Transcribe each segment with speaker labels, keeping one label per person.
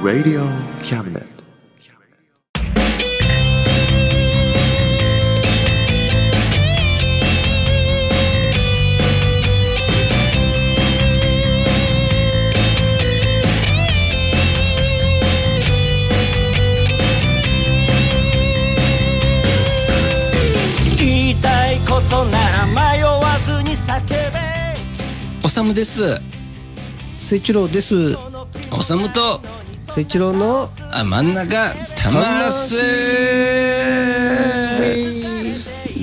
Speaker 1: Radio Cabinet.
Speaker 2: 言いたいことなら迷わずに叫べ
Speaker 3: おさむです。
Speaker 4: 誠一郎です。
Speaker 3: おさむと、
Speaker 4: 誠一郎の
Speaker 3: あ、真ん中、たます。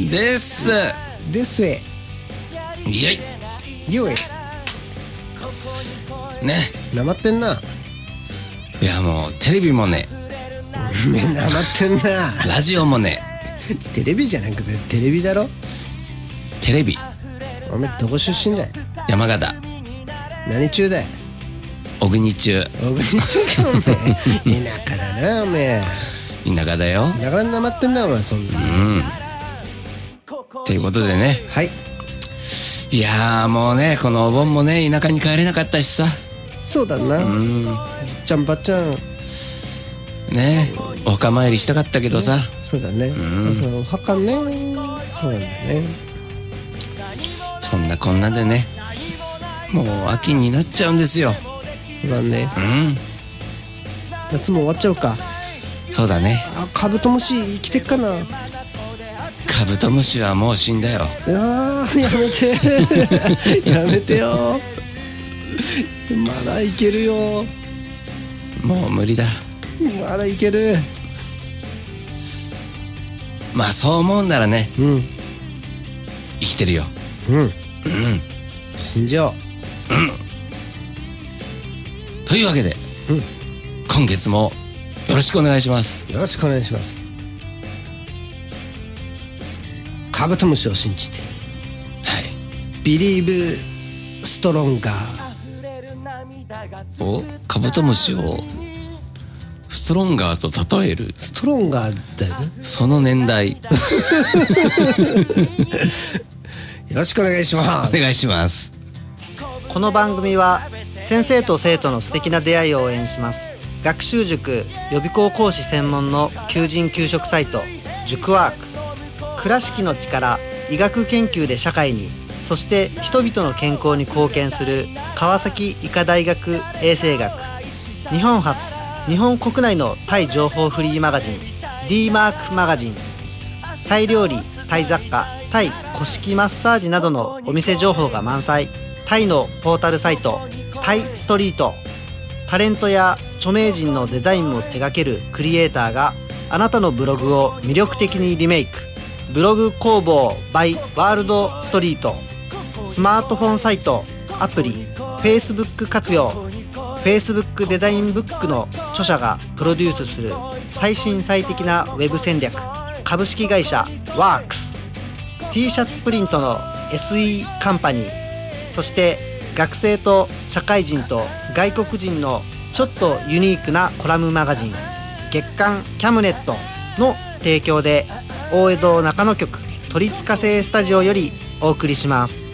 Speaker 3: です。
Speaker 4: ですえ、
Speaker 3: いえい。
Speaker 4: ゆえ、
Speaker 3: ね。
Speaker 4: なまってんな。
Speaker 3: いや、もう、テレビもね、
Speaker 4: めなまってんな。
Speaker 3: ラジオもね、
Speaker 4: テレビじゃなくてテレビだろ。
Speaker 3: テレビ、
Speaker 4: おめえどこ出身だよ。
Speaker 3: 山形、
Speaker 4: 何中だよ。
Speaker 3: 小国中、
Speaker 4: 小国中かおめえ。田舎だなおめえ。
Speaker 3: 田舎だよ。
Speaker 4: だからなまってんなお前そんなに。
Speaker 3: うん。ということでね、
Speaker 4: はい。
Speaker 3: いやーもうね、このお盆もね、田舎に帰れなかったしさ、
Speaker 4: そうだな。
Speaker 3: うん、
Speaker 4: じっちゃんばっちゃん。
Speaker 3: ね、お墓参りしたかったけどさ、
Speaker 4: そうだね。そうお墓ね。そうなんだね。
Speaker 3: そんなこんなでね、もう秋になっちゃうんですよ。
Speaker 4: そうだね。
Speaker 3: うん、
Speaker 4: 夏も終わっちゃうか。
Speaker 3: そうだね。
Speaker 4: あカブトムシ生きてっかな。
Speaker 3: カブトムシはもう死んだよ。
Speaker 4: いやーやめて やめてよまだいけるよ
Speaker 3: もう無理だ。
Speaker 4: まだいける
Speaker 3: まあそう思うんならね、
Speaker 4: うん
Speaker 3: 生きてるよ。
Speaker 4: うん信じよ
Speaker 3: というわけで、
Speaker 4: うん
Speaker 3: 今月もよろしくお願いします。
Speaker 4: うよろしくお願いしますカブトムシを信じて
Speaker 3: はい。
Speaker 4: ビリーブストロンガー
Speaker 3: お、カブトムシをストロンガーと例える、
Speaker 4: ストロンガーだよね
Speaker 3: その年代、
Speaker 4: よろしくお願いしま
Speaker 3: お
Speaker 4: す
Speaker 3: 願いします。
Speaker 5: この番組は先生と生徒の素敵な出会いを応援します学習塾予備校講師専門の求人・求職サイト塾ワーク倉敷の力医学研究で社会にそして人々の健康に貢献する川崎医科大学衛生学日本初日本国内のタイ情報フリーマガジン d マークマガジンタイ料理タイ雑貨タイ古式マッサージなどのお店情報が満載タイのポータルサイトタイストリートタレントや著名人のデザインも手掛けるクリエイターがあなたのブログを魅力的にリメイクブログ工房 by ワールドストリートスマートフォンサイトアプリ Facebook 活用 Facebook デザインブックの著者がプロデュースする最新最適なウェブ戦略株式会社 WorksT シャツプリントの SE カンパニーそして学生と社会人と外国人のちょっとユニークなコラムマガジン月刊キャムネットの提供で大江戸中野局鳥塚製スタジオよりお送りします。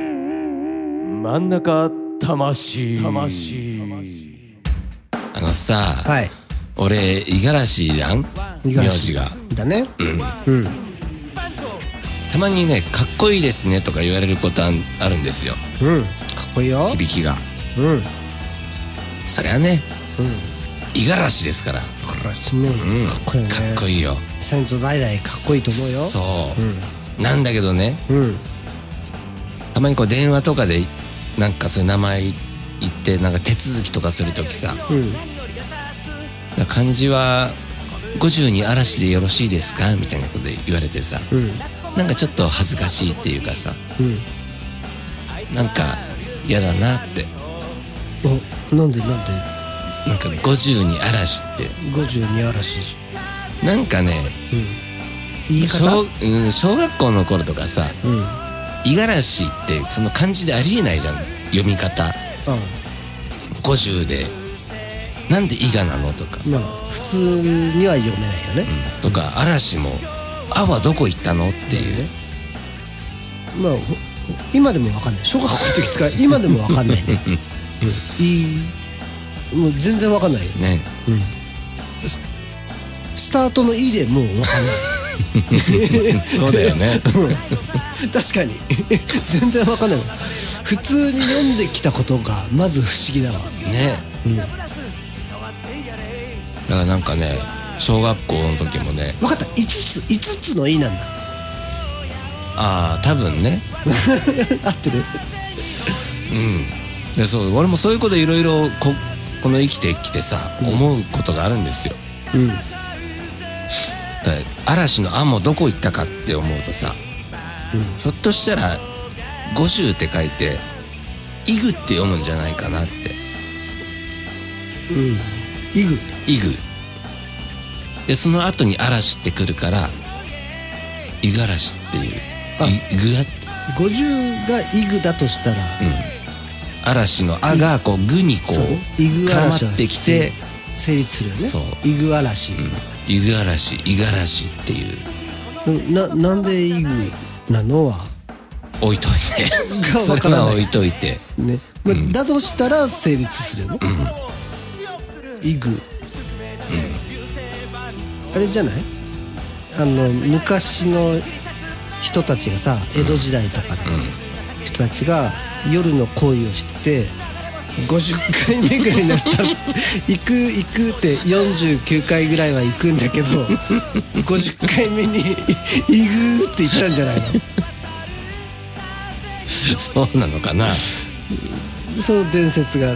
Speaker 1: 真ん中魂魂
Speaker 3: あのさ、
Speaker 4: はい
Speaker 3: 俺、五十嵐じゃん
Speaker 4: 五十
Speaker 3: 名
Speaker 4: 嵐
Speaker 3: 字が。
Speaker 4: だねうん
Speaker 3: たまにね、かっこいいですねとか言われることあんあるんですよ。
Speaker 4: うんかっこいいよ
Speaker 3: 響きが。
Speaker 4: うんうん
Speaker 3: そりゃね、五十嵐ですから。
Speaker 4: これは死ぬよ
Speaker 3: うん。
Speaker 4: かっこいいよね
Speaker 3: かっこいいよ。
Speaker 4: 先祖代々かっこいいと思うよ
Speaker 3: そう、なんだけどね
Speaker 4: うん
Speaker 3: たまにこう電話とかでなんかそういう名前言ってなんか手続きとかする時さ
Speaker 4: うん
Speaker 3: 漢字は50に嵐でよろしいですか?」みたいなことで言われてさ
Speaker 4: うん
Speaker 3: なんかちょっと恥ずかしいっていうかさ
Speaker 4: うん
Speaker 3: なんか嫌だなって
Speaker 4: おなんでなんで
Speaker 3: なんか50に嵐って
Speaker 4: 52嵐
Speaker 3: なんかね
Speaker 4: うん言い方
Speaker 3: 小,、うん、小学校の頃とかさ
Speaker 4: うん
Speaker 3: 五十嵐ってその漢字でありえないじゃん読み方
Speaker 4: あ
Speaker 3: 50でなんで伊賀なのとか、
Speaker 4: まあ普通には読めないよね
Speaker 3: うんとか嵐も「あ」はどこ行ったのっていう
Speaker 4: まあほ今でもわかんない小学校の時使う今でもわ かんないね、うん、いいもう全然わかんないよ、
Speaker 3: ね
Speaker 4: うん、ススタートの「い」でもうわか んない
Speaker 3: そうだよね
Speaker 4: 確かに全然わかんないわ普通に読んできたことがまず不思議だわ
Speaker 3: ね
Speaker 4: うん
Speaker 3: だからなんかね小学校の時もね
Speaker 4: 分かった5つ5つの「い」なんだ
Speaker 3: ああ多分ね
Speaker 4: 合ってる
Speaker 3: うんでそう俺もそういうこといろいろここの生きてきてさ思うことがあるんですよ
Speaker 4: うん
Speaker 3: だから嵐の「あ」もどこ行ったかって思うとさ、
Speaker 4: うん
Speaker 3: ひょっとしたら「五十」って書いて「イグ」って読むんじゃないかなって
Speaker 4: うんイグ
Speaker 3: 「イグ」でその後に「嵐」ってくるから「イガラシ」っていう
Speaker 4: あ
Speaker 3: 「イグア」って
Speaker 4: 50がイグだとしたら、
Speaker 3: 嵐の「あ」がこう「グ」にこ
Speaker 4: そうね
Speaker 3: う
Speaker 4: イグ
Speaker 3: 絡
Speaker 4: ア
Speaker 3: ま
Speaker 4: ラシは
Speaker 3: ってきて
Speaker 4: 成立するよね
Speaker 3: そう
Speaker 4: イグアラシ、
Speaker 3: 「イグアラシ」「イガラシ」っていう
Speaker 4: ななんでイグなのは
Speaker 3: 置いとい て
Speaker 4: が
Speaker 3: そ
Speaker 4: わか
Speaker 3: れ
Speaker 4: ら
Speaker 3: は
Speaker 4: な
Speaker 3: 置
Speaker 4: い
Speaker 3: いといて
Speaker 4: ね、まあだとしたら成立するよね、イグ、あれじゃないあの昔の人たちがさ江戸時代とかの人たちが夜の恋をしてて50回目ぐらいになったら行く行くって49回ぐらいは行くんだけど50回目に「行く」って言ったんじゃない
Speaker 3: そうなのかな
Speaker 4: のその伝説が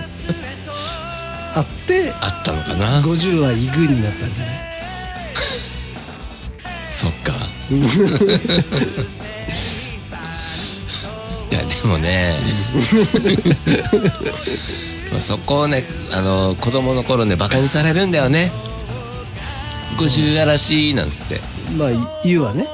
Speaker 4: あって
Speaker 3: あったのかな
Speaker 4: 50はイグになったんじゃない
Speaker 3: そっか いやでもね まあそこをねあの子供の頃ねバカにされるんだよね「五十嵐」なんつって
Speaker 4: まあ言うわね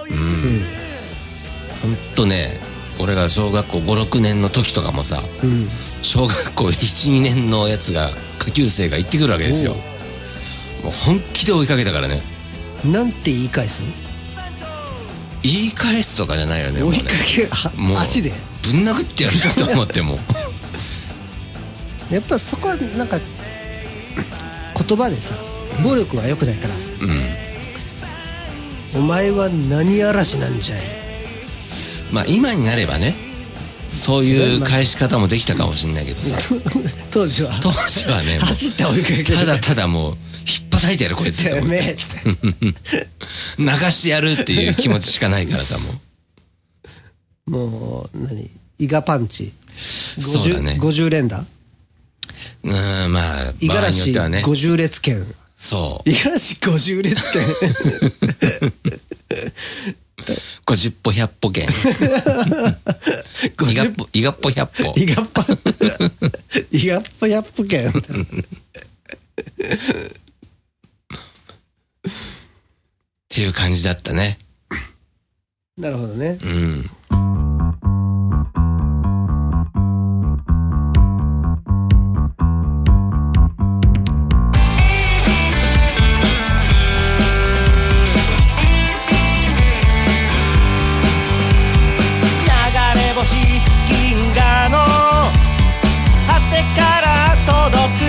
Speaker 3: ほんとね俺が小学校56年の時とかもさ
Speaker 4: うん、うん、
Speaker 3: 小学校12年のやつが下級生が行ってくるわけですよもう本気で追いかけたからね
Speaker 4: なんて言い返す
Speaker 3: 言い返すとかじゃないよねもう
Speaker 4: 追
Speaker 3: ね
Speaker 4: いかけは
Speaker 3: もう
Speaker 4: 足で
Speaker 3: ぶん殴ってやるかと思っても
Speaker 4: やっぱそこはなんか言葉でさ暴力は良くないから
Speaker 3: うん
Speaker 4: お前は何嵐なんじゃい
Speaker 3: まあ今になればねそういう返し方もできたかもしれないけどさ
Speaker 4: 当時は
Speaker 3: 当時はねもう
Speaker 4: 走って追いかける
Speaker 3: ただただもうひっぱたいてやるこいつって
Speaker 4: て
Speaker 3: 思っ
Speaker 4: め
Speaker 3: て
Speaker 4: えって
Speaker 3: 流してやるっていう気持ちしかないからさも
Speaker 4: もう何イガパンチ 50,
Speaker 3: そうだね
Speaker 4: 50連打
Speaker 3: う うーんまあ
Speaker 4: イガ
Speaker 3: 場合
Speaker 4: ラ
Speaker 3: によっ
Speaker 4: シ
Speaker 3: てはね
Speaker 4: 50列 拳
Speaker 3: そう
Speaker 4: イガラシ50列拳
Speaker 3: 50歩100歩 券イガっ
Speaker 4: 50
Speaker 3: ぽイガっぽ100歩
Speaker 4: イガッパ イガッパヤッポ券
Speaker 3: っていう感じだったね
Speaker 4: なるほどね
Speaker 3: うん
Speaker 2: 流れ星銀河の果てから届く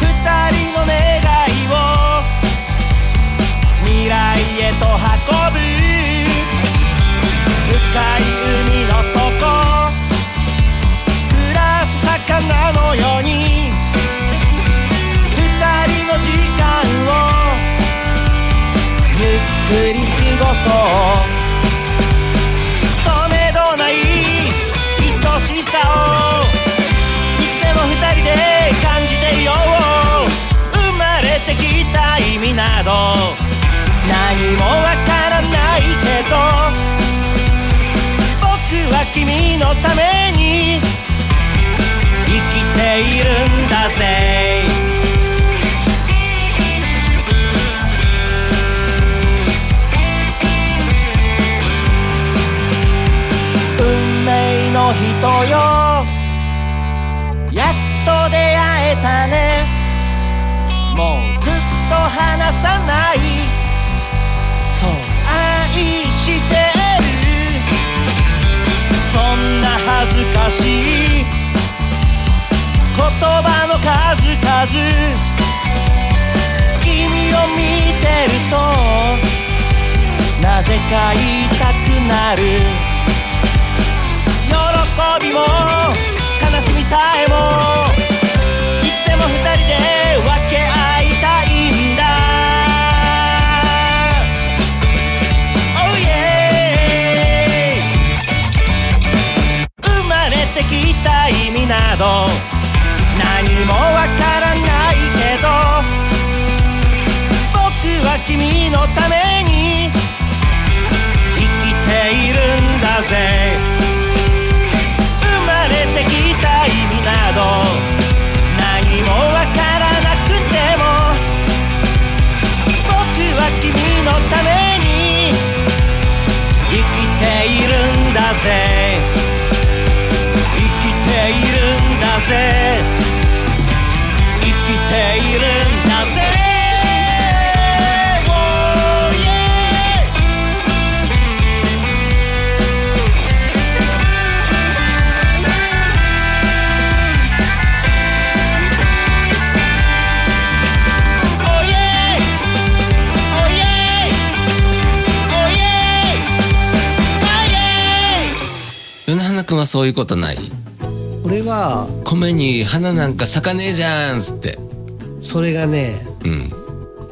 Speaker 2: 二人の願いを未来へと運ぶ
Speaker 1: だぜ運命の人よやっと出会えたねもうずっと離さないそう愛してるそんな恥ずかしい言葉の数々君を見てるとなぜか言いたくなる喜びも悲しみさえもいつでも二人で分け合いたいんだ Oh yeah 生まれてきた意味など何もわからないけど僕は君のために生きているんだぜ生まれてきた意味など何もわからなくても僕は君のために生きているんだぜ生きているんだぜ生きているんだぜ Oh, yeah. おいえいおいえいおいえい
Speaker 3: 与那花君はそういうことない
Speaker 4: 俺は
Speaker 3: 米に花なんか咲かねえじゃんっつって
Speaker 4: それがね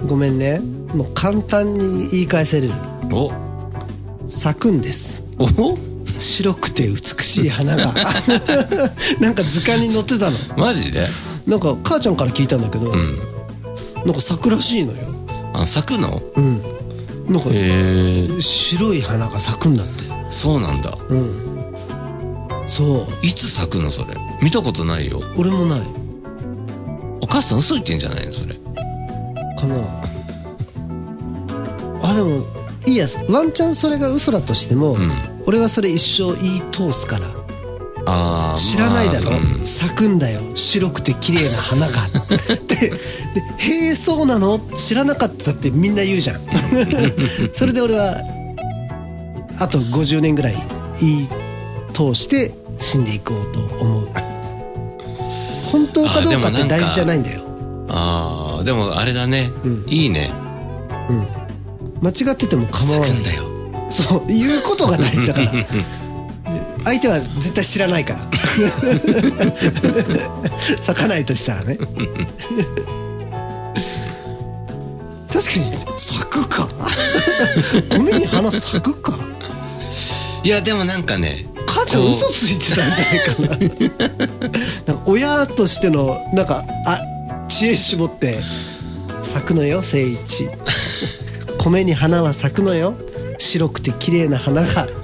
Speaker 3: うん
Speaker 4: ごめんねもう簡単に言い返せる
Speaker 3: お
Speaker 4: 咲くんです
Speaker 3: お
Speaker 4: 白くて美しい花が なんか図鑑に載ってたの
Speaker 3: マジで
Speaker 4: なんか母ちゃんから聞いたんだけど、
Speaker 3: うん
Speaker 4: なんか咲くらしいのよ
Speaker 3: あ咲くの
Speaker 4: うんなんか
Speaker 3: へえ
Speaker 4: 白い花が咲くんだって
Speaker 3: そうなんだ
Speaker 4: うんそう
Speaker 3: いつ咲くのそれ見たことないよ
Speaker 4: 俺もない
Speaker 3: お母さん嘘言ってんじゃないのそれ
Speaker 4: かなあでもいいやワンチャンそれが嘘だとしても、俺はそれ一生言い通すから
Speaker 3: あー
Speaker 4: 知らないだろ、
Speaker 3: まあうん
Speaker 4: 咲くんだよ白くて綺麗な花 がってで「へえそうなの知らなかった」ってみんな言う じゃんそれで俺はあと50年ぐらい言い通して死んでいこうと思う本当かどうかって大事じゃないんだよ
Speaker 3: あーでもあれだね、いいね
Speaker 4: 間違ってても構わ
Speaker 3: 咲く
Speaker 4: ない
Speaker 3: んだよ
Speaker 4: そう言うことが大事だからで相手は絶対知らないから 咲かないとしたらね確かに咲くか 米に花咲くか
Speaker 3: いやでもなんかね
Speaker 4: 母ちゃん
Speaker 3: こう
Speaker 4: 嘘ついてたんじゃない かななんか親としてのなんかあ知恵絞って咲くのよ 誠一米に花は咲くのよ白くて綺麗な花がって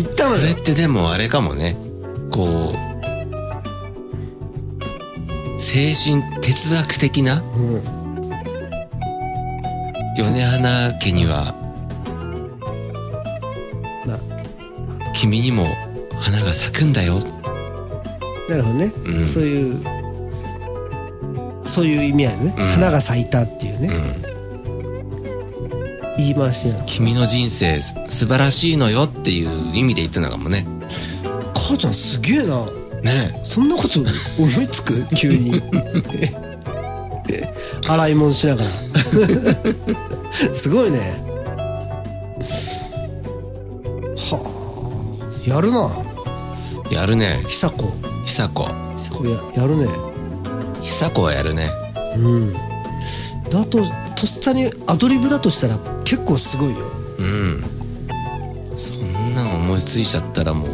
Speaker 4: 言ったの
Speaker 3: それ
Speaker 4: よ
Speaker 3: ってでもあれかもねこう精神哲学的な、米花家には
Speaker 4: な
Speaker 3: 君にも花が咲くんだよ
Speaker 4: なるほどね、
Speaker 3: うん
Speaker 4: そういうそういう意味合いね、
Speaker 3: ん
Speaker 4: 花が咲いたっていうね、言い回しなの
Speaker 3: 君の人生す素晴らしいのよっていう意味で言ったのかもね
Speaker 4: 母ちゃんすげえな
Speaker 3: ね
Speaker 4: そんなこと思いつく急に洗い物しながらすごいねはあやるな
Speaker 3: えやるね
Speaker 4: 久子
Speaker 3: 久子
Speaker 4: 久子ややるね
Speaker 3: 久子はやるね
Speaker 4: だととっさにアドリブだとしたら結構すごいよ
Speaker 3: そんなん思いついちゃったらもう
Speaker 4: う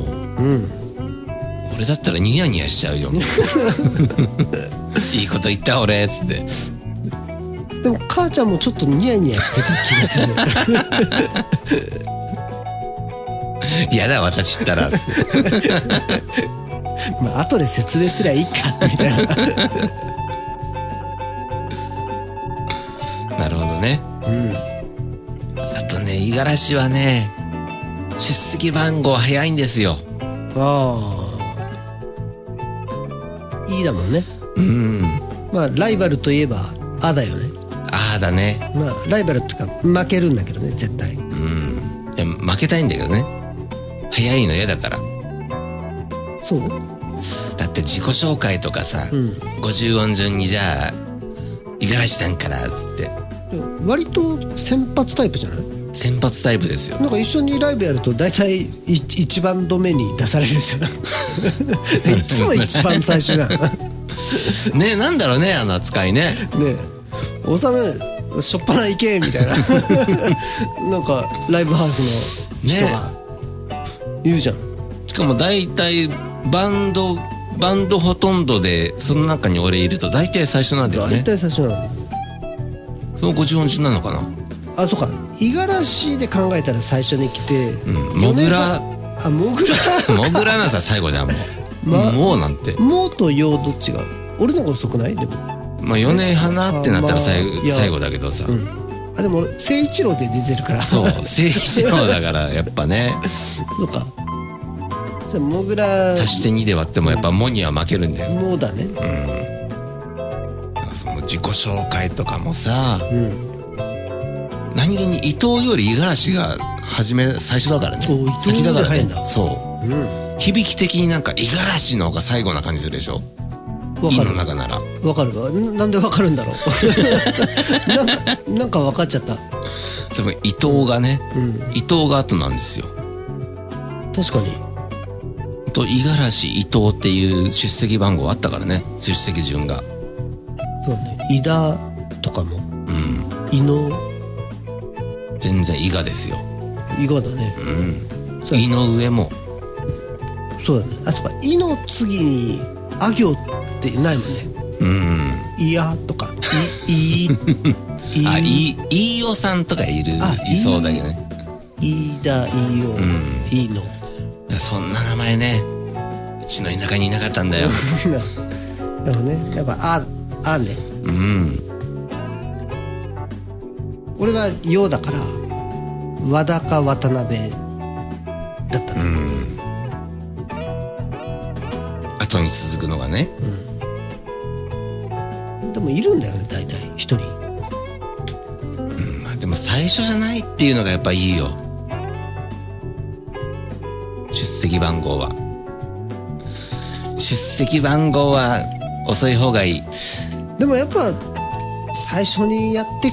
Speaker 4: ん
Speaker 3: 俺だったらニヤニヤしちゃう よもういいこと言った俺っつって
Speaker 4: でも母ちゃんもちょっとニヤニヤしてた気がする
Speaker 3: 嫌だ私ったらっつって
Speaker 4: まあ後で説明すりゃいいかみたいな
Speaker 3: なるほどね。あとね、五十嵐はね、出席番号早いんですよ。
Speaker 4: ああいいだもんね
Speaker 3: うん。
Speaker 4: まあライバルといえば「あ」だよね
Speaker 3: ああだね。
Speaker 4: まあライバルっていうか負けるんだけどね絶対
Speaker 3: うん。いや、負けたいんだけどね。早いの嫌だから。
Speaker 4: そう
Speaker 3: だって自己紹介とかさ、
Speaker 4: ん
Speaker 3: 50音順にじゃあ、五十嵐さんからっつって、
Speaker 4: 割と先発タイプじゃない
Speaker 3: 先発タイプですよ。
Speaker 4: なんか一緒にライブやると大体い一番止めに出されるじゃん いつも一番最初なのね
Speaker 3: ねなんだろうね、あの扱いね。
Speaker 4: え「おさめしょっぱな行け」みたいな なんかライブハウスの人が言うじゃん、
Speaker 3: しかも大体、バンド、バンドほとんどで、その中に俺いると大体最初なんだよ
Speaker 4: 大
Speaker 3: ね。
Speaker 4: 体最初なの
Speaker 3: その50音順なのかな
Speaker 4: あそうか五十嵐で考えたら最初に来て、
Speaker 3: うんモ
Speaker 4: 四年
Speaker 3: グラ
Speaker 4: 半あモグラ
Speaker 3: モグラなさ最後じゃんもう、
Speaker 4: ま
Speaker 3: もうなんて
Speaker 4: モとヨどっちが俺の方が遅くないでも
Speaker 3: まあ4年花ってなったら最,、
Speaker 4: まあいや
Speaker 3: 最後だけどさ、
Speaker 4: あでも俺誠一郎で出てるから
Speaker 3: そう正一郎だからやっぱね
Speaker 4: そうかじゃあモグラ
Speaker 3: 足して2で割ってもやっぱモには負けるんだよ
Speaker 4: もうだね
Speaker 3: その自己紹介とかもさ、何気に伊藤より五十嵐が初め最初だからね
Speaker 4: お伊藤
Speaker 3: 先だから
Speaker 4: より早い
Speaker 3: ね
Speaker 4: んだ
Speaker 3: そう
Speaker 4: うん
Speaker 3: 響き的になんか五十嵐の方が最後な感じするでしょ
Speaker 4: わ
Speaker 3: い
Speaker 4: か
Speaker 3: の
Speaker 4: る
Speaker 3: 中なら
Speaker 4: わかるわななんでわかるんだろう なんかなんかわかっちゃった
Speaker 3: 多分伊藤がね、
Speaker 4: うん
Speaker 3: 伊藤が後なんですよ
Speaker 4: 確かに
Speaker 3: と五十嵐伊藤っていう出席番号あったからね出席順が
Speaker 4: そうね伊田とかも
Speaker 3: うん
Speaker 4: 伊野
Speaker 3: 全然伊賀ですよ
Speaker 4: 伊賀だねそう
Speaker 3: 井上も
Speaker 4: そうだねあそうか伊の次にあ行ってないもんね
Speaker 3: うん
Speaker 4: いや とかいいい
Speaker 3: あい飯尾さんとかいる
Speaker 4: あ
Speaker 3: いそうだけどね
Speaker 4: いだいよ
Speaker 3: ん
Speaker 4: いいの
Speaker 3: そんな名前ねうちの田舎にいなかったんだよ
Speaker 4: なるほどねやっぱああね
Speaker 3: うん
Speaker 4: 俺は洋だから和田か渡辺だったの、
Speaker 3: 後に続くのがね
Speaker 4: でもいるんだよね大体一人
Speaker 3: まあでも最初じゃないっていうのがやっぱいいよ出席番号は出席番号は遅い方がいい
Speaker 4: でもやっぱ最初にやって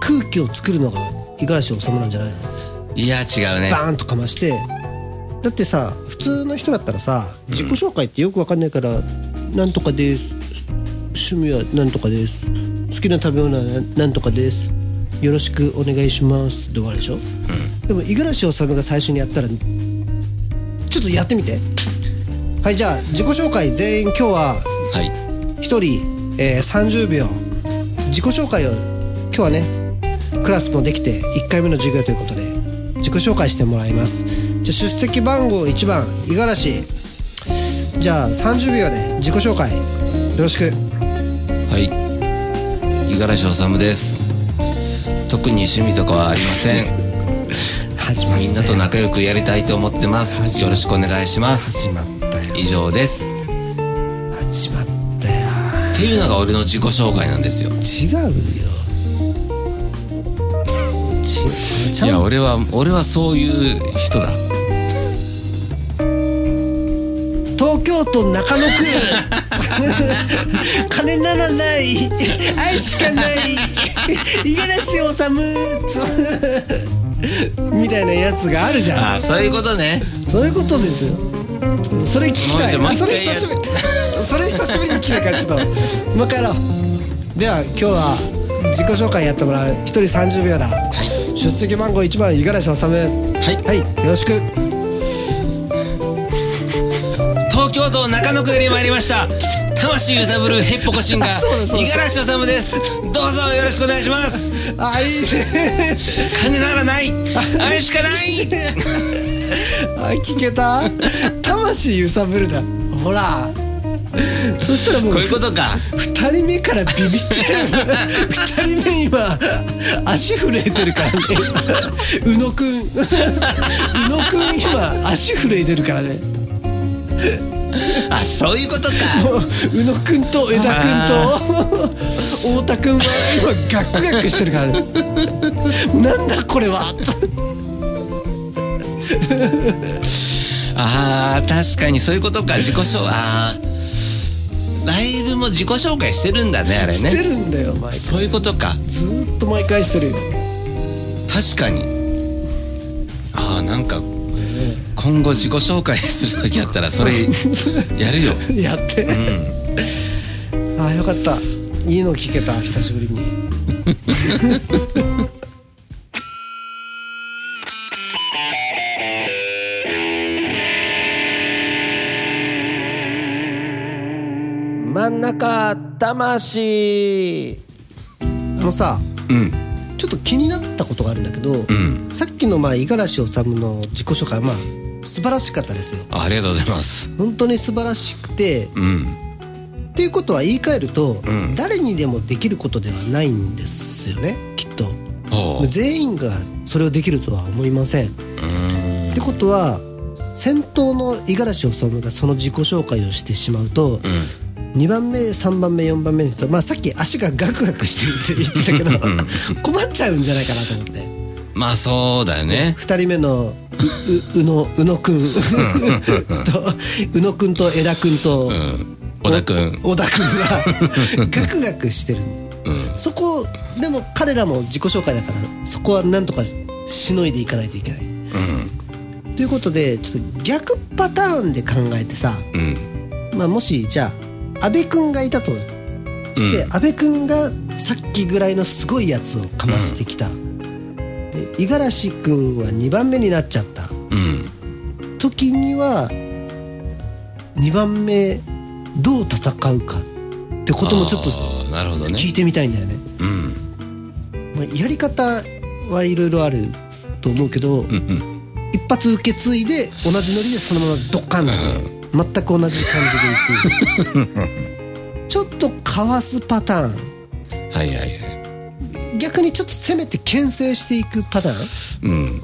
Speaker 4: 空気を作るのが五十嵐治なんじゃないの
Speaker 3: いや違うね
Speaker 4: バーンとかましてだってさ普通の人だったらさ自己紹介ってよくわかんないから「なんとかです」「趣味はなんとかです」「好きな食べ物はななんとかです」「よろしくお願いします」で終わるでしょ、でも五十嵐治が最初にやったらちょっとやってみてはいじゃあ自己紹介全員今日は
Speaker 3: はい
Speaker 4: 1人、えー30秒自己紹介を今日はねクラスもできて1回目の授業ということで自己紹介してもらいますじゃあ出席番号1番五十嵐じゃあ30秒で自己紹介よろしく
Speaker 3: はい五十嵐治です特に趣味とかはありませ ん
Speaker 4: 始まった
Speaker 3: みんなと仲良くやりたいと思ってますよろしくお願いします
Speaker 4: 始まったよ
Speaker 3: 以上ですっ
Speaker 4: 始まった
Speaker 3: ていうのが俺の自己紹介なんですよ
Speaker 4: よ違うよちち
Speaker 3: い
Speaker 4: ゃ
Speaker 3: や
Speaker 4: ん
Speaker 3: 俺は俺はそういう人だ
Speaker 4: 東京都中野区 金ならない愛しかない五十嵐治 みたいなやつがあるじゃん
Speaker 3: ああそういうことね
Speaker 4: そういうことですよそれ聞きたい
Speaker 3: もう
Speaker 4: あ
Speaker 3: じゃあも
Speaker 4: そう
Speaker 3: 一
Speaker 4: れ
Speaker 3: 回や
Speaker 4: 久しぶり それ久しぶりに聞いたからちょっともう一回やろうでは今日は自己紹介やってもらう一人30秒だ、出席番号1番五十嵐治
Speaker 3: はい
Speaker 4: はいよろしく
Speaker 3: 東京都中野区より参りました魂揺さぶるヘッポコシンガ
Speaker 4: そうだ
Speaker 3: ー
Speaker 4: そうだ
Speaker 3: 五十嵐治ですどうぞよろしくお願いし ます
Speaker 4: あいいね
Speaker 3: 金ならない愛 しかない
Speaker 4: あ聞けた魂揺さぶるだほらそしたらもう
Speaker 3: こういうことか
Speaker 4: 2人目からビビってる2人目今足震えてるからね宇野くん宇野くん今足震えてるからね
Speaker 3: あそういうことか
Speaker 4: もう宇野くんと枝くんと太田くんは今ガクガクしてるからねなんだこれは
Speaker 3: あー確かにそういうことか自己紹介あーライブも自己紹介してるんだねあれ
Speaker 4: して
Speaker 3: ね
Speaker 4: るんだよ毎回
Speaker 3: そういうことか
Speaker 4: ずーっと毎回してるよ
Speaker 3: 確かにああなんか今後自己紹介する時あったら それやるよ
Speaker 4: やって、ああよかったいいの聞けた久しぶりに
Speaker 2: 真ん中魂
Speaker 4: あのさ
Speaker 3: うん
Speaker 4: ちょっと気になったことがあるんだけど、
Speaker 3: うん
Speaker 4: さっきのまあ五十嵐治の自己紹介はまあ素晴らしかったですよ
Speaker 3: あありがとうございます
Speaker 4: 本当に素晴らしくて
Speaker 3: うん
Speaker 4: っていうことは言い換えると、
Speaker 3: うん
Speaker 4: 誰にでもできることではないんですよねきっと
Speaker 3: ほう
Speaker 4: 全員がそれをできるとは思いませんってことは先頭の五十嵐治がその自己紹介をしてしまうと、
Speaker 3: う
Speaker 4: 2番目3番目4番目の人、まあ、さっき足がガクガクしてるって言ってたけど困っちゃうんじゃないかなと思って
Speaker 3: んまあそうだよね
Speaker 4: 2人目のうう宇野宇野くん と宇野くんと江田くんと、
Speaker 3: うん小田君
Speaker 4: 小田 くんがガクガクしてる、そこでも彼らも自己紹介だからそこはなんとかしのいでいかないといけない。ということでちょっと逆パターンで考えてさ、
Speaker 3: うん
Speaker 4: まあ、もしじゃあ阿部君がいたとして、阿部君がさっきぐらいのすごいやつをかましてきたで五十嵐君は2番目になっちゃった
Speaker 3: うん
Speaker 4: 時には2番目どう戦うかってこともちょっと
Speaker 3: あーなるほどね
Speaker 4: 聞いてみたいんだよね。
Speaker 3: うん
Speaker 4: まあ、やり方はいろいろあると思うけど、
Speaker 3: うんうん
Speaker 4: 一発受け継いで同じノリでそのままドカンって全く同じ感じでいく ちょっとかわすパターン
Speaker 3: はいはいはい
Speaker 4: 逆にちょっと攻めて牽制していくパターン
Speaker 3: うん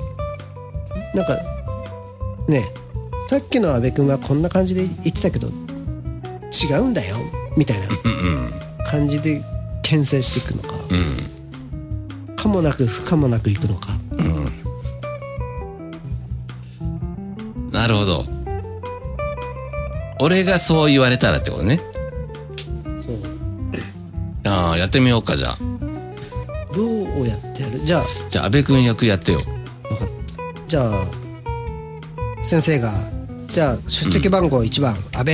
Speaker 4: なんかねさっきの阿部君はこんな感じで言ってたけど違うんだよみたいな
Speaker 3: うんうん
Speaker 4: 感じで牽制していくのか
Speaker 3: うん
Speaker 4: かもなく不可もなくいくのか
Speaker 3: なるほど。俺がそう言われたらってことね。
Speaker 4: そう
Speaker 3: ああ、やってみようか、じゃあ。
Speaker 4: どうやってやるじゃあ
Speaker 3: じゃあ、安部君役やってよ。
Speaker 4: 分かったじゃあ先生がじゃあ出席番号1番、阿部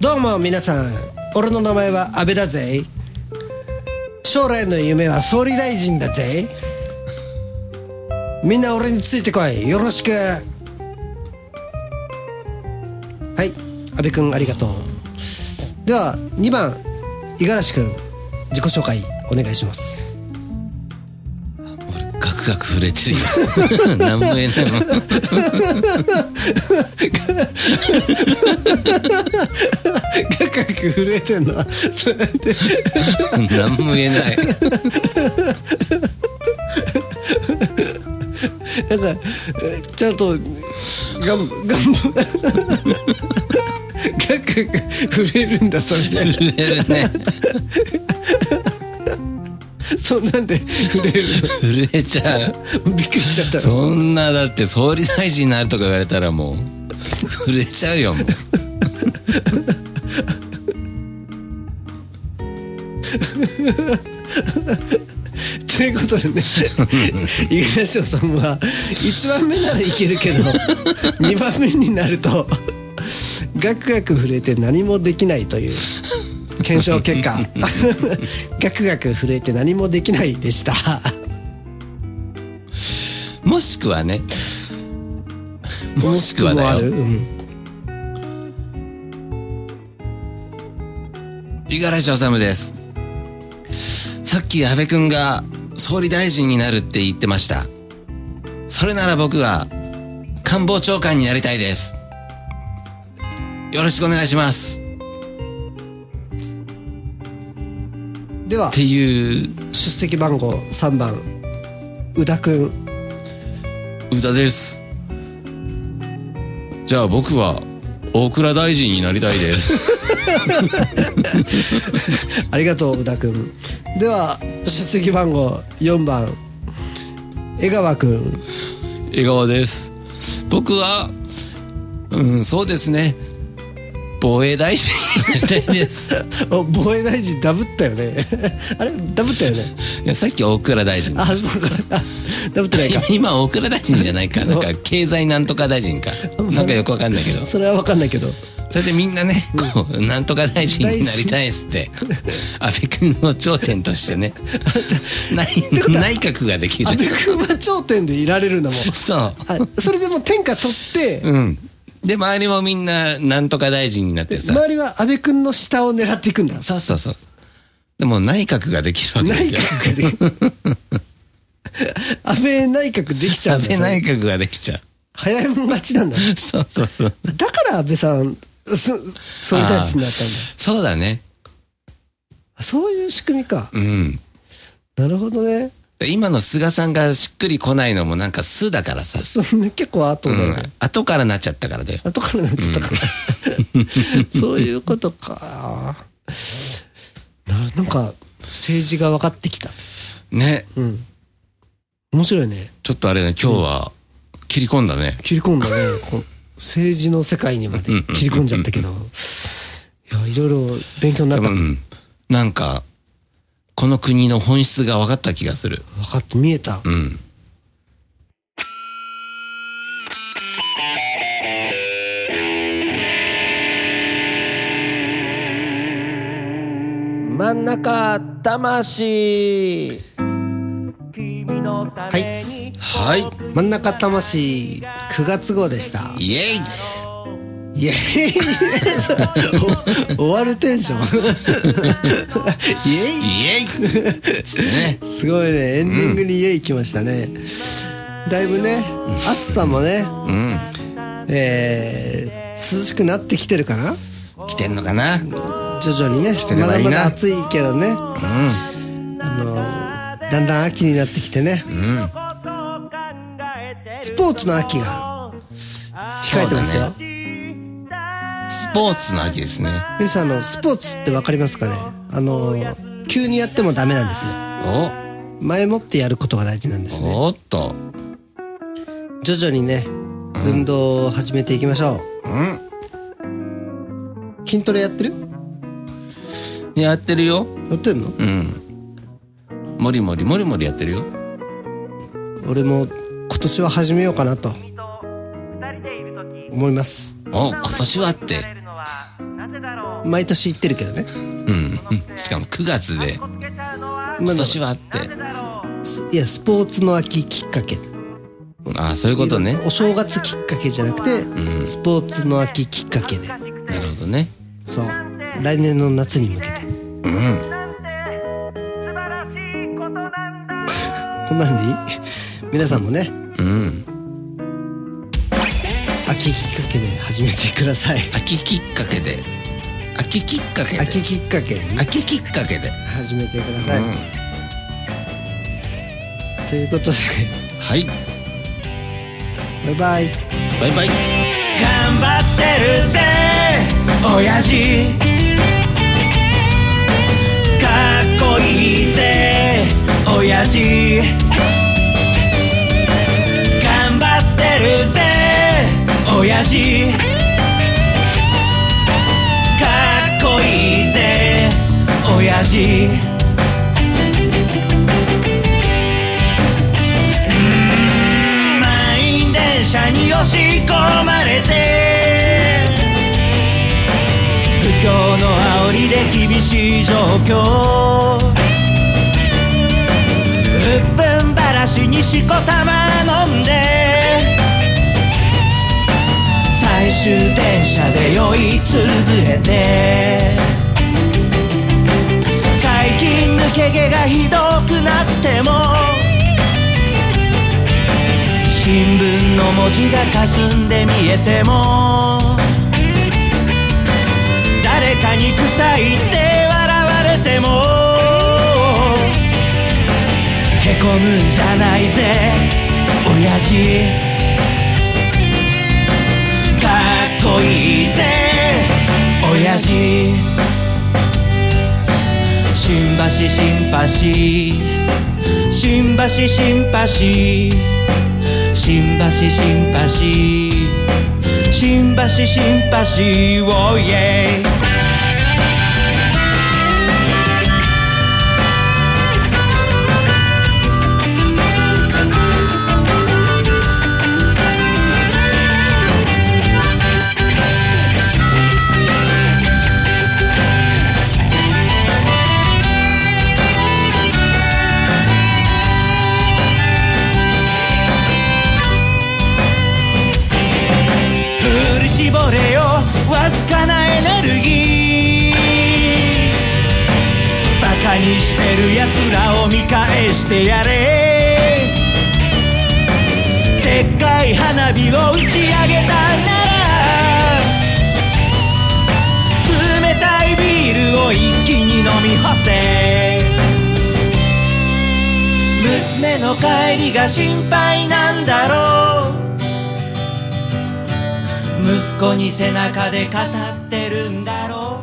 Speaker 4: どうも皆さん俺の名前は阿部だぜ将来の夢は総理大臣だぜみんな俺についてこいよろしくはい阿部君ありがとうでは2番五十嵐君自己紹介お願いします
Speaker 3: ガクガク震えてるよ。 何も言えないもん。
Speaker 4: ガクガク震えてんのそれで
Speaker 3: 何も言えない。
Speaker 4: なんかえちゃんとがんがんガクガク震えるんだそれで
Speaker 3: 震えるね。
Speaker 4: そんなんで震える
Speaker 3: 震えちゃう。
Speaker 4: のびっくりしちゃった
Speaker 3: そんな、だって総理大臣になるとか言われたらもう、震えちゃうよ、もう。
Speaker 4: ということでね五十嵐さんは1番目ならいけるけど2番目になるとガクガク震えて何もできないという検証結果ガクガク震えて何もできないでした
Speaker 3: もしくはね。もしくは
Speaker 4: もあ
Speaker 3: だ
Speaker 4: る
Speaker 3: よ。
Speaker 4: うん
Speaker 3: 五十嵐治です。さっき安倍くんが総理大臣になるって言ってました。それなら僕は官房長官になりたいです。よろしくお願いします
Speaker 4: では
Speaker 3: っていう
Speaker 4: 出席番号3番宇田くん
Speaker 3: 歌ですじゃあ僕は大倉大臣になりたいです
Speaker 4: ありがとう宇田くんでは出席番号4番江川くん
Speaker 3: 江川です僕はうんそうですね防衛大臣になりたいです
Speaker 4: お防衛大臣ダブったよね あれダブったよね
Speaker 3: いやさっき大倉大臣
Speaker 4: あそうか あダブっ てないか
Speaker 3: 今今大倉大臣じゃないかなんか経済なんとか大臣かなんかよくわかんないけど
Speaker 4: それは分かんないけど
Speaker 3: それでみんなねこうなんとか大臣になりたいっすって安倍君を頂点として ね内内閣ができ
Speaker 4: 阿部
Speaker 3: る
Speaker 4: 君は頂点でいられるん だもん
Speaker 3: そう
Speaker 4: あそれでもう天下取って、
Speaker 3: うんで周りもみんななんとか大臣になってさ
Speaker 4: 周りは安倍君の下を狙っていくんだ
Speaker 3: そうそうそうでも内閣ができるわけで
Speaker 4: 内
Speaker 3: すよ
Speaker 4: 閣で 安倍内閣できちゃうん
Speaker 3: 安
Speaker 4: だ
Speaker 3: 倍
Speaker 4: よ
Speaker 3: 内閣ができちゃ
Speaker 4: 早いもん勝ちなんだ
Speaker 3: うそうそうそう
Speaker 4: だから安倍さんそ総理大臣になったんだ
Speaker 3: そうだね
Speaker 4: そういう仕組みか
Speaker 3: うん
Speaker 4: なるほどね
Speaker 3: 今の菅さんがしっくりこないのもなんか素だからさ
Speaker 4: そんな結構後
Speaker 3: う
Speaker 4: だね、
Speaker 3: ん、後からなっちゃったからだよ。
Speaker 4: 後からなっちゃったから、そういうことかななんか政治が分かってきた
Speaker 3: ね、
Speaker 4: うん面白いね
Speaker 3: ちょっとあれね、今日は切り込んだね。
Speaker 4: 切り込んだねこう政治の世界にまで切り込んじゃったけどいやいろいろ勉強にな
Speaker 3: 多
Speaker 4: った分
Speaker 3: 分、なんか、この国の本質が分かった気がする。
Speaker 4: かって見えた
Speaker 3: うん。
Speaker 2: 真ん中魂はい
Speaker 3: はい。
Speaker 4: 真ん中魂9月号でした
Speaker 3: イエイ
Speaker 4: イエーイお終 わるテンション イエイ
Speaker 3: イエイね。
Speaker 4: すごいねエンディングにイエイ来ましたね、だいぶね暑さもね、
Speaker 3: う。
Speaker 4: えー、涼しくなってきてるかなん
Speaker 3: 来てんのかな
Speaker 4: 徐々にね
Speaker 3: れ
Speaker 4: ま
Speaker 3: ば
Speaker 4: だ
Speaker 3: いいな
Speaker 4: まだ暑いけどね、あのだんだん秋になってきてね、スポーツの秋が控えてますよ、
Speaker 3: そうだスポーツの秋ですね。
Speaker 4: 皆さんあのスポーツってわかりますかねあの急にやってもダメなんですよ
Speaker 3: お、
Speaker 4: 前もってやることが大事なんですね
Speaker 3: おっと。
Speaker 4: 徐々にね運動を始めていきましょう、
Speaker 3: う
Speaker 4: 筋トレやってる
Speaker 3: ん。やってるよ。
Speaker 4: やってんの
Speaker 3: うん。もりもりもりもりやってるよ。
Speaker 4: 俺も今年は始めようかなと思います
Speaker 3: お、今年はって。
Speaker 4: 毎年行ってるけどね
Speaker 3: うん。うんしかも9月で、
Speaker 4: 今
Speaker 3: 今年はって。
Speaker 4: いやスポーツの秋きっかけ
Speaker 3: ああ、そういうことね。
Speaker 4: お正月きっかけじゃなくて、
Speaker 3: うん
Speaker 4: スポーツの秋きっかけで
Speaker 3: なるほどね。
Speaker 4: そう来年の夏に向けて
Speaker 3: うん。
Speaker 4: こんなんでいい皆さんもね
Speaker 3: うん。
Speaker 4: 秋きっかけで始めてください
Speaker 3: 秋きっかけで。秋きっかけで。
Speaker 4: 秋きっかけでね
Speaker 3: 秋きっかけで。
Speaker 4: 始めてくだ
Speaker 3: う
Speaker 4: さい、
Speaker 3: ん。
Speaker 4: ということで
Speaker 3: はい。
Speaker 4: バイバイ
Speaker 3: バイバイ。
Speaker 2: 頑張ってるぜ親父かっこいいぜ親父頑張ってるぜ親父かっこいいぜ親父満員電車に押し込まれて不況の煽りで厳しい状況うっぷんばらしにしこたま飲んで最終電車で酔いつぶれて最近抜け毛がひどくなっても新聞の文字が霞んで見えてもきくさいって笑われてもへこむんじゃないぜ親父かっこいいぜ親父新橋新橋新橋新橋新橋新橋新橋新橋おいえ振り絞れよわずかなエネルギーバカにしてるやつらを見返してやれでっかい花火を打ち上げたなら冷たいビールを一気に飲み干せ娘の帰りが心配なんだろう息子に背中で語ってるんだろ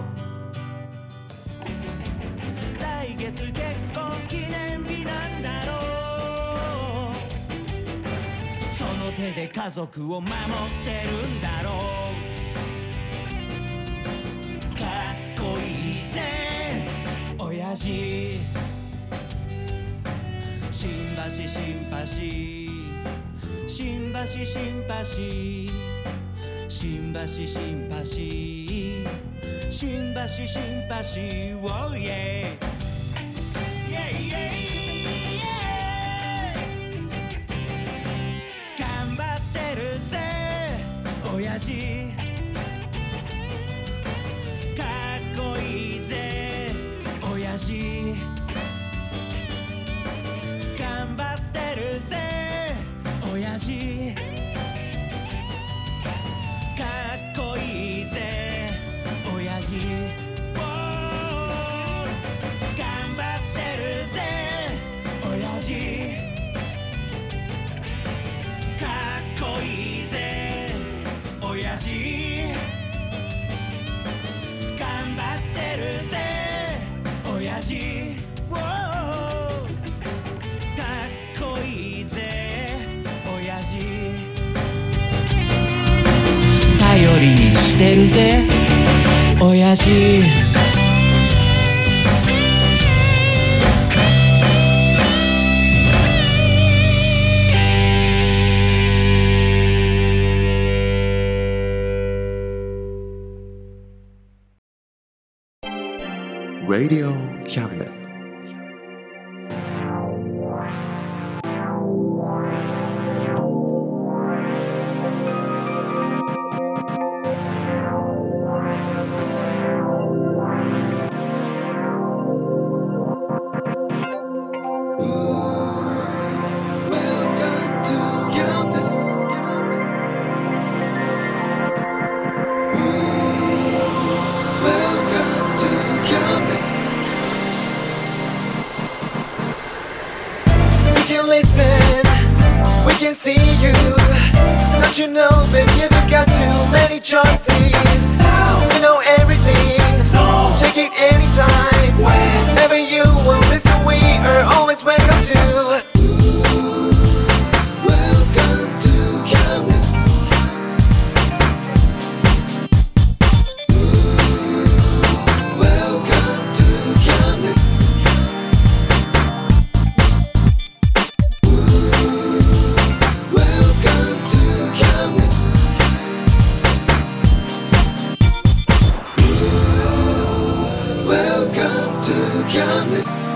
Speaker 2: う来月結婚記念日なんだろうその手で家族を守ってるんだろうかっこいいぜ親父新橋新橋新橋新橋新橋新橋新橋新橋 Oh yeah Yeah, yeah, yeah 頑張ってるぜ親父かっこいいぜ親父頑張ってるぜ親父かっこいいぜ親父おー頑張ってるぜ親父かっこいいぜ親父頑張ってるぜ親父おーかっこいいぜ親父頼りにしてるぜ親父
Speaker 5: 「Welcome to Camden」